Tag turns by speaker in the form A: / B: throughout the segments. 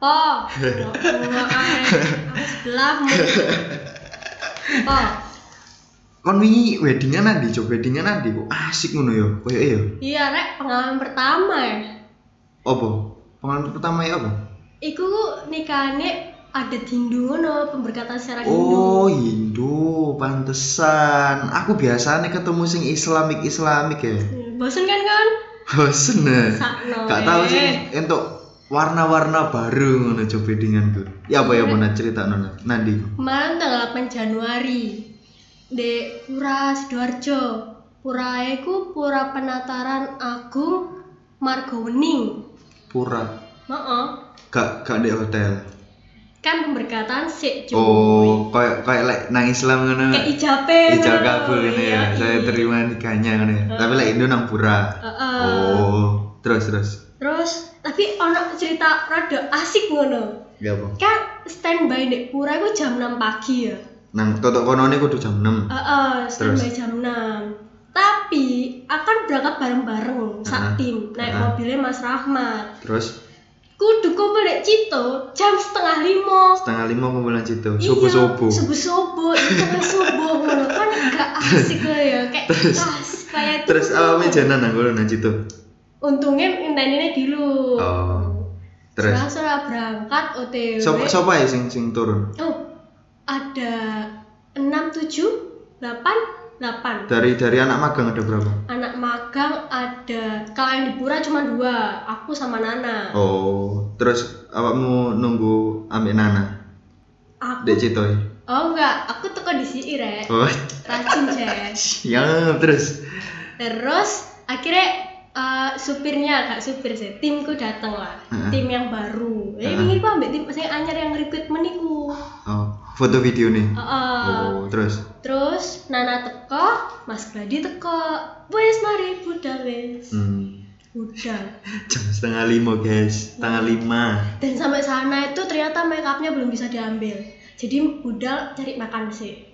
A: Oh, ya. Gelapmu. Oh,
B: Kon wingi weddingan nanti, coba weddingan nanti kok asik ngono ya, yo. Koyoke yo.
A: iya rek pengalaman pertama ya.
B: Apa? Pengalaman pertama ya apa?
A: Iku nikahane ada Hindu ngono, pemberkatan secara Hindu.
B: Oh, Hindu, pantesan. Aku biasanya ketemu sing Islamik Islamik ya.
A: Bosen kan kan?
B: Bosen ya.
A: Sakno,
B: Gak tahu
A: eh.
B: sih untuk warna-warna baru ngono coba dengan gue. Ya apa ya mana cerita nona nanti.
A: Kemarin tanggal 8 Januari di Pura Sidoarjo. Pura iku Pura Penataran Agung Margowening.
B: Pura.
A: Heeh.
B: Gak gak di hotel.
A: Kan pemberkatan sik
B: Oh, kayak kayak lek nang Islam ngono.
A: Kayak ijape.
B: Ijab
A: ngono.
B: kabul ini
A: Iya,
B: ya. Saya
A: iya.
B: terima nikahnya ngono ya. Tapi lek Indo nang pura.
A: Heeh.
B: Oh, terus terus.
A: Terus tapi ono cerita rada asik ngono.
B: Ya apa?
A: Kan standby di Pura iku jam 6 pagi ya.
B: Nang totok konone kudu jam 6.
A: Heeh, standby
B: Terus?
A: jam 6. Tapi akan berangkat
B: Ah.
A: bareng-bareng sak tim naik
B: Ah.
A: mobilnya Mas Rahmat.
B: Terus
A: Kudu kumpul di Cito jam setengah lima. Iya,
B: setengah lima kumpulan situ subuh Iya, subuh
A: Subuh subuh, itu kan subuh ngono kan gak asik lah ya. Kayak
B: Terus?
A: ah, kayak itu
B: terus eh?
A: tuh.
B: awalnya jalan nang kono nang situ
A: Untungnya intenine dulu.
B: oh terus
A: Setelah berangkat OTW.
B: siapa siapa ya sing sing turun
A: Oh, ada 6 7 8 8.
B: dari dari anak magang ada berapa
A: Anak magang ada kalau yang di Pura cuma dua, aku sama Nana.
B: oh terus awakmu nunggu ambek nana
A: Aku
B: dek situ ya?
A: Oh enggak, aku tuh kondisi rek.
B: oh
A: Racun Jess.
B: siap terus
A: Terus akhirnya eh, supirnya kak supir sih timku dateng lah
B: Heeh.
A: tim yang baru eh
B: Heeh.
A: ini ku ambil tim saya anyar yang recruit meniku
B: oh foto video nih
A: Heeh.
B: oh terus
A: terus Nana teko Mas Gladi teko wes mari budal wes
B: hmm.
A: budal
B: jam setengah lima guys setengah lima
A: dan sampai sana itu ternyata make upnya belum bisa diambil jadi budal cari makan sih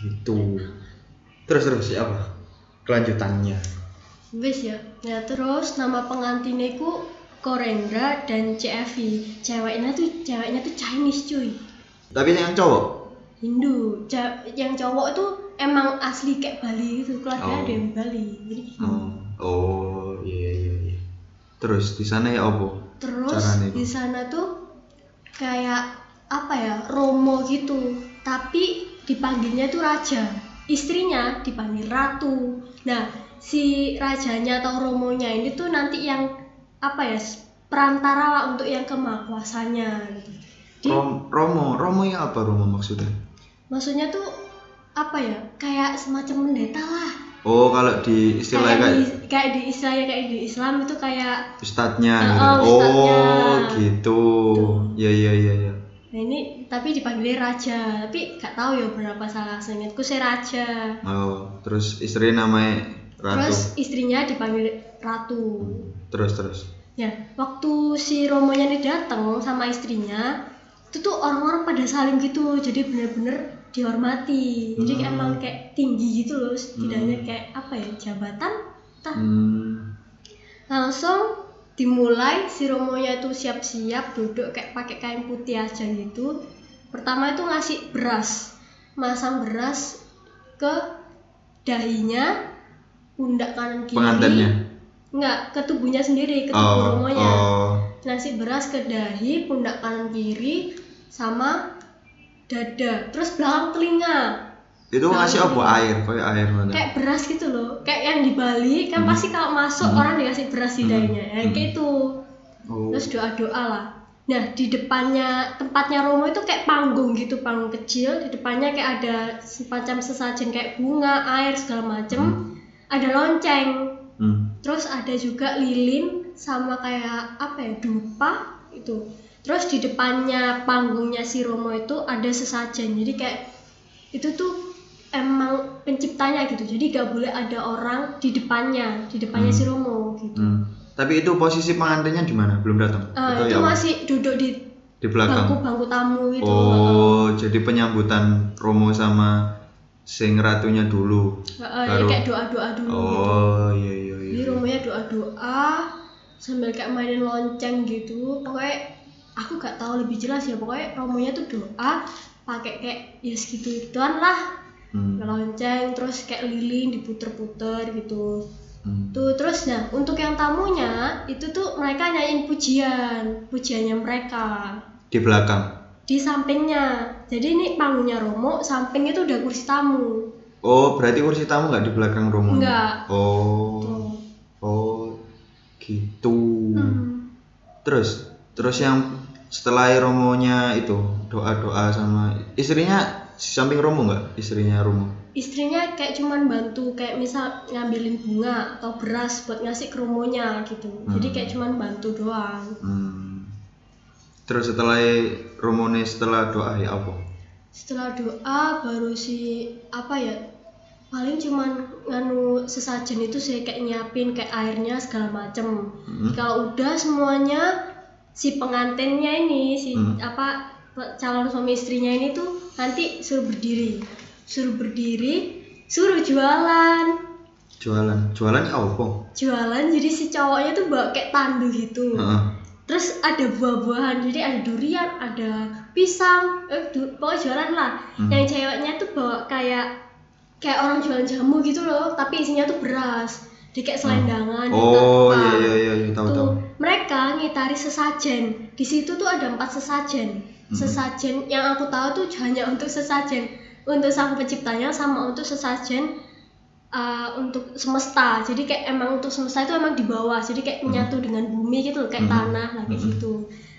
B: gitu terus terus siapa kelanjutannya
A: wes ya ya terus nama pengantinnya ku Korendra dan CFI ceweknya tuh ceweknya tuh Chinese cuy
B: tapi yang cowok
A: Hindu Ca- yang cowok itu emang asli kayak Bali gitu keluarga
B: Oh.
A: ada yang Bali jadi gitu. Hindu.
B: oh oh iya iya iya terus di sana ya apa
A: terus
B: Caranya itu.
A: di sana tuh kayak apa ya Romo gitu tapi dipanggilnya tuh raja istrinya dipanggil ratu nah si rajanya atau romonya ini tuh nanti yang apa ya perantara lah untuk yang kemakuasanya gitu. Jadi,
B: Rom- Romo, Romo ya apa Romo maksudnya?
A: maksudnya tuh apa ya kayak semacam pendeta lah
B: Oh, kalau di istilah
A: kayak di,
B: kayak
A: kayak di istilahnya kayak di Islam itu kayak
B: ustadznya
A: Oh,
B: gitu.
A: ustadznya.
B: Oh, gitu. Iya, iya, iya, iya.
A: nah ini tapi dipanggilnya raja tapi gak tahu ya berapa salah seingatku saya raja
B: Oh, terus istri namanya Ratu. Hmm.
A: terus istrinya dipanggil ratu
B: Terus terus.
A: ya waktu si Romonya ini datang sama istrinya itu tuh orang-orang pada salim gitu jadi bener-bener dihormati jadi kayak
B: Hmm.
A: emang kayak tinggi gitu loh setidaknya kayak apa ya jabatan tah
B: Hmm.
A: langsung dimulai si Romonya itu siap-siap duduk kayak pakai kain putih aja gitu pertama itu ngasih beras masang beras ke dahinya pundak kanan kiri
B: Pengantinnya.
A: enggak ke tubuhnya sendiri ke tubuh
B: Oh,
A: Romonya
B: oh.
A: ngasih beras ke dahi pundak kanan kiri sama dada terus belakang telinga
B: Itu
A: Nah,
B: ngasih apa?
A: ini.
B: Air, kayak air mana?
A: kayak beras gitu loh kayak yang di Bali kan
B: Hmm.
A: pasti kalau masuk
B: Hmm.
A: orang dikasih beras di
B: Hmm.
A: dahinya ya,
B: Hmm.
A: kayak itu
B: Oh.
A: terus doa doa lah nah di depannya tempatnya Romo itu kayak panggung gitu panggung kecil di depannya kayak ada semacam sesajen kayak bunga air segala macem ada lonceng
B: Hmm.
A: terus ada juga lilin sama kayak apa ya dupa itu terus di depannya panggungnya si Romo itu ada sesajen jadi kayak itu tuh emang penciptanya gitu jadi gak boleh ada orang di depannya di depannya
B: Hmm.
A: si Romo gitu
B: Hmm. Tapi itu posisi pengantinnya di mana? Belum datang.
A: Eh,
B: Atau
A: itu
B: ya apa?
A: masih duduk di
B: di belakang.
A: bangku-bangku tamu gitu
B: Oh, jadi penyambutan Romo sama sing ratunya dulu.
A: Heeh, heeh, jadi
B: baru-
A: kayak doa-doa dulu
B: Oh, iya iya
A: gitu.
B: iya.
A: jadi rumahnya doa-doa sambil kayak mainin lonceng gitu pokoknya aku gak tahu lebih jelas ya pokoknya romonya tuh doa pakai kayak ya segitu gituan lah
B: Hmm.
A: lonceng terus kayak lilin diputer-puter gitu
B: Hmm.
A: tuh terus nah untuk yang tamunya itu tuh mereka nyanyiin pujian pujiannya mereka
B: Di belakang.
A: di sampingnya jadi ini panggungnya Romo samping itu udah kursi tamu
B: Oh, berarti kursi tamu nggak di belakang romo?
A: Nggak.
B: Oh.
A: tuh
B: Oh, gitu.
A: Hmm.
B: Terus, terus yang setelah romonya itu doa-doa sama istrinya di samping romo nggak? Istrinya romo.
A: istrinya kayak cuman bantu kayak misal ngambilin bunga atau beras buat ngasih ke Romonya gitu jadi
B: Hmm.
A: kayak cuman bantu doang
B: Hmm. Terus setelah romone setelah doa ya apa?
A: setelah doa baru si apa ya paling cuman nganu sesajen itu sih kayak nyiapin kayak airnya segala macem
B: Hmm.
A: kalau udah semuanya si pengantinnya ini si
B: Hmm.
A: apa pe- calon suami istrinya ini tuh nanti suruh berdiri suruh berdiri suruh jualan
B: Jualan, jualan ya apa?
A: jualan jadi si cowoknya tuh bawa kayak tandu gitu
B: Heeh.
A: terus ada buah-buahan jadi ada durian ada pisang eh, du- pokoknya jualan lah
B: Hmm.
A: yang ceweknya tuh bawa kayak kayak orang jualan jamu gitu loh tapi isinya tuh beras jadi kayak selendangan gitu
B: Hmm. Oh,
A: apa.
B: iya iya iya, iya, tahu tahu.
A: tuh mereka ngitari sesajen di situ tuh ada empat sesajen
B: Hmm.
A: sesajen yang aku tahu tuh hanya untuk sesajen untuk sang penciptanya sama untuk sesajen uh, untuk semesta jadi kayak emang untuk semesta itu emang di bawah jadi kayak
B: Mm-hmm.
A: menyatu dengan bumi gitu loh kayak
B: Hmm.
A: tanah lah kayak
B: Hmm.
A: gitu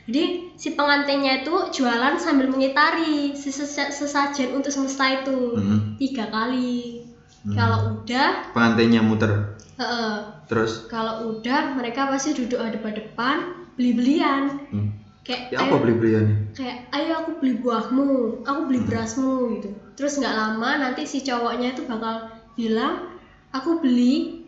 A: jadi si pengantinnya itu jualan sambil mengitari si sesa- sesajen untuk semesta itu
B: Hmm.
A: tiga kali
B: Hmm.
A: kalau udah
B: Pengantinnya muter.
A: heeh,
B: Terus
A: kalau udah mereka pasti duduk ada depan beli belian
B: hmm.
A: kayak
B: ya apa
A: ayo-
B: beli Hmm. beliannya?
A: kayak ayo aku beli buahmu aku beli berasmu gitu terus nggak lama nanti si cowoknya itu bakal bilang aku beli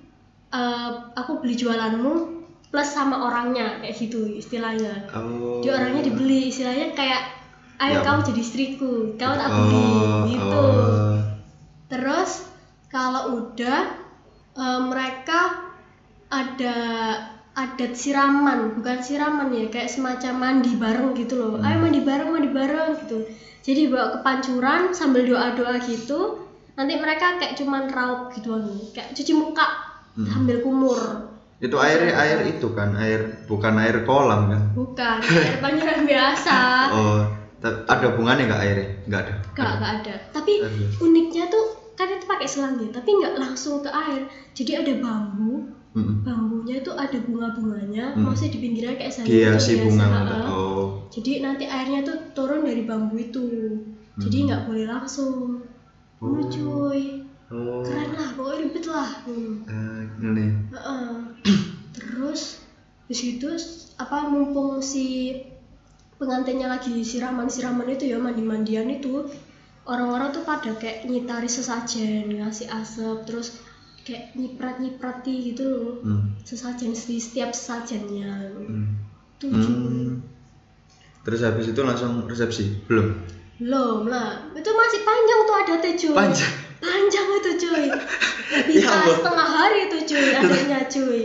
A: eh, aku beli jualanmu plus sama orangnya kayak gitu istilahnya
B: Oh.
A: di orangnya dibeli istilahnya kayak
B: Ya.
A: ayo kamu jadi istriku kamu ya, tak beli
B: Oh,
A: gitu
B: oh.
A: Terus kalau udah eh, mereka ada adat siraman, bukan siraman ya, kayak semacam mandi bareng gitu loh. Ayo
B: Hmm.
A: mandi bareng, mandi bareng gitu. Jadi bawa ke pancuran sambil doa-doa gitu. Nanti mereka kayak cuman raup gitu loh, kayak cuci muka
B: Hmm.
A: sambil kumur.
B: Itu airnya air itu kan, air bukan air kolam kan.
A: Bukan, air pancuran biasa.
B: Oh, ta- ada bunga nggak airnya? Nggak ada.
A: Gak, gak ada. Tapi
B: Aduh.
A: uniknya tuh kan itu pakai selang ya, tapi nggak langsung ke air. Jadi ada bambu,
B: Mm-mm.
A: bambunya tuh ada bunga-bunganya
B: Hmm.
A: maksudnya di pinggiran kayak sayur
B: Dihiasi
A: biasa,
B: bunga
A: ha-ha.
B: mata. Oh.
A: jadi nanti airnya tuh turun dari bambu itu jadi nggak boleh langsung
B: Hmm. Oh.
A: Ngono, cuy
B: Oh.
A: keren lah pokoknya ribet lah Hmm.
B: Eh, ini.
A: Ha-ha. terus di situ apa mumpung si pengantinnya lagi siraman-siraman itu ya mandi-mandian itu orang-orang tuh pada kayak nyitari sesajen ngasih asap terus kayak nyiprat-nyiprati gitu loh
B: Hmm.
A: sesajen di setiap sesajennya
B: Hmm. Hmm.
A: tujuh
B: Terus habis itu langsung resepsi? Belum.
A: belum lah itu masih panjang tuh ada tuh cuy
B: Panjang.
A: panjang itu cuy bisa
B: Ya Allah.
A: setengah hari itu cuy adanya cuy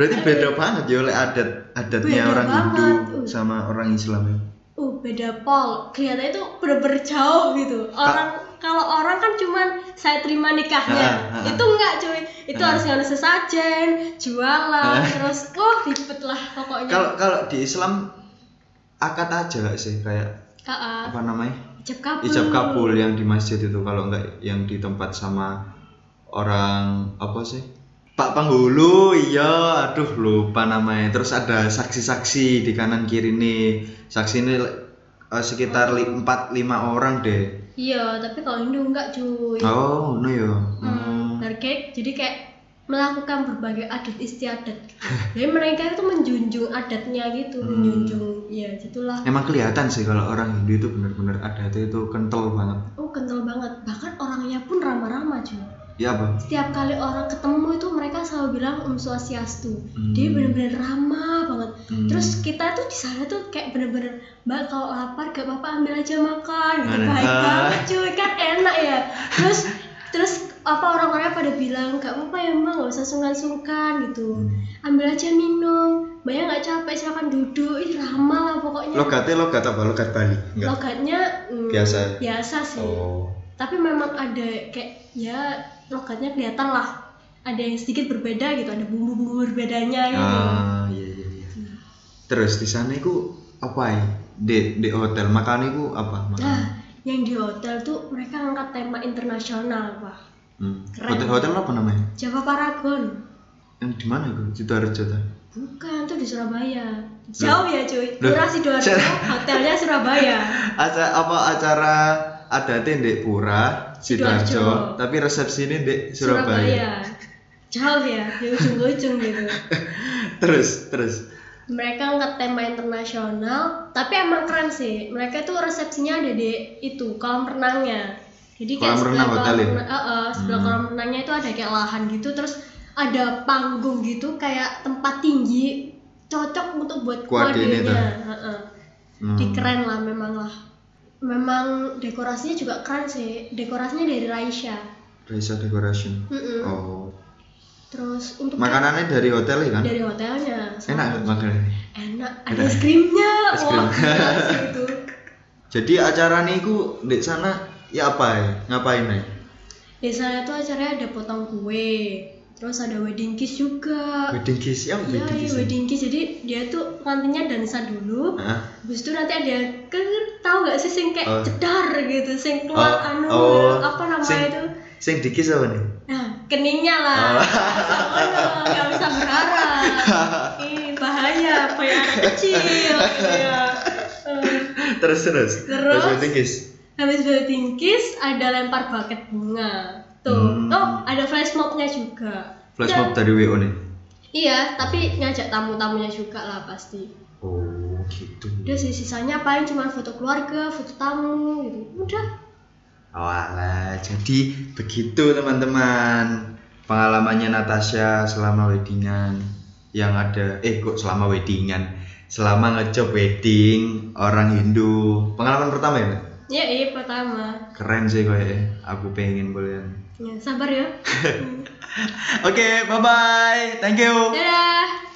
B: Berarti beda banget ya oleh adat adatnya
A: Beda
B: orang Hindu
A: banget.
B: sama orang Islam ya.
A: uh beda pol kelihatannya itu bener jauh gitu
B: Ah.
A: orang kalau orang kan cuman saya terima nikahnya
B: Ah, ah, ah.
A: itu enggak cuy itu
B: Ah.
A: harus harus sesajen jualan
B: Ah.
A: terus wah ribet lah pokoknya
B: Kalau kalau di Islam akad aja nggak sih kayak
A: Ah, ah.
B: apa namanya?
A: ijab kabul
B: Ijab kabul yang di masjid itu kalau enggak yang di tempat sama orang apa sih? Pak Penghulu, iya, aduh lupa namanya. Terus ada saksi-saksi di kanan kiri nih. Saksi ini eh, sekitar 4 5 orang deh.
A: iya tapi kalau Hindu enggak cuy
B: Oh, no ya.
A: Hmm,
B: Hmm.
A: berkek, jadi kayak melakukan berbagai adat istiadat gitu. Jadi mereka itu menjunjung adatnya gitu, menjunjung ya gitulah.
B: Emang kelihatan sih kalau orang Hindu itu benar-benar adatnya itu kental banget.
A: Oh kental banget, bahkan orangnya pun ramah-ramah juga.
B: Ya apa?
A: Setiap kali orang ketemu itu mereka selalu bilang Om Swastiastu.
B: Hmm.
A: Dia bener-bener ramah banget.
B: Hmm.
A: Terus kita tuh di sana tuh kayak bener-bener Mbak kalau lapar gak apa-apa ambil aja makan.
B: Mana?
A: Gitu. Baik
B: Ah.
A: banget cuy kan enak ya. Terus terus apa orang-orang pada bilang gak apa-apa ya mbak gak usah sungkan-sungkan gitu
B: Hmm.
A: ambil aja minum banyak nggak capek silakan duduk ih ramah lah pokoknya
B: Logatnya logat apa? Logat Bali? Enggak.
A: logatnya mm,
B: Biasa ya?
A: biasa sih
B: Oh.
A: tapi memang ada kayak ya logatnya kelihatan lah ada yang sedikit berbeda gitu ada bumbu-bumbu berbedanya gitu
B: Ah, iya iya iya. Terus di sana iku apa ya? Di di hotel makan iku apa? Makan.
A: nah yang di hotel tuh mereka angkat tema internasional pak
B: Hmm.
A: keren.
B: Hotel hotel apa namanya?
A: Jawa Paragon
B: Yang di mana iku? Sidoarjo ta?
A: bukan tuh di Surabaya jauh ya cuy
B: Loh.
A: Pura Sidoarjo
B: Cara-
A: hotelnya Surabaya
B: Acara apa acara adatnya di Pura,
A: Sidoarjo.
B: Sidoarjo, tapi resepsi ini di Surabaya.
A: jauh ya di ujung-ujung gitu
B: Terus terus.
A: mereka angkat tema internasional tapi emang keren sih mereka tuh resepsinya ada di itu kolam renangnya jadi
B: Kolam
A: kayak sebelah
B: renang hotel ya?
A: kolam renang, eh, eh, sebelah
B: Hmm.
A: kolam renangnya itu ada kayak lahan gitu terus ada panggung gitu kayak tempat tinggi cocok untuk buat
B: Kuadenya
A: kuadenya
B: tuh.
A: eh, eh.
B: Hmm.
A: Di keren lah memang lah memang dekorasinya juga keren sih dekorasinya dari Raisya
B: Raisa Decoration.
A: Mm-mm.
B: Oh.
A: terus untuk
B: Makanannya dari hotel ya kan?
A: dari hotelnya
B: Enak nggak makanannya?
A: enak ada
B: Enak.
A: es krimnya
B: Es
A: wah
B: krim.
A: gila sih itu
B: Jadi acara niku di sana ya apa ya? Ngapain ya?
A: di sana tuh acaranya ada potong kue terus ada wedding kiss juga
B: Wedding kiss ya,
A: iya
B: wedding
A: iya,
B: kiss.
A: wedding kiss jadi dia tuh nantinya dansa dulu
B: Hah?
A: habis itu nanti ada ke tahu nggak sih sing kayak
B: Oh.
A: jedar gitu sing
B: Oh,
A: keluar anu
B: oh.
A: apa namanya
B: Sing-
A: itu
B: Sing di kiss apa nih?
A: Nah, keningnya
B: Oh.
A: lah. Oh. Gak bisa berharap. Ih, bahaya, bahaya anak kecil. gitu ya. Eh,
B: Terus terus.
A: Terus?
B: wedding kiss.
A: Habis building kiss, ada lempar bucket bunga.
B: Hmm.
A: Tuh, oh ada flash mobnya juga.
B: Flash
A: Dan-
B: mob dari WO nih.
A: Iya, tapi ngajak tamu-tamunya juga lah pasti.
B: Oh, gitu.
A: Udah sih, sisanya paling cuma foto keluarga, foto tamu gitu. Udah.
B: Awalah, jadi begitu teman-teman pengalamannya Natasha selama weddingan yang ada eh kok selama weddingan selama ngejob wedding orang Hindu pengalaman pertama ya Mbak?
A: Ya, iya pertama.
B: keren sih kayaknya aku pengen
A: Iya,
B: kalian
A: Ya, sabar ya.
B: oke bye bye thank you
A: Dadah.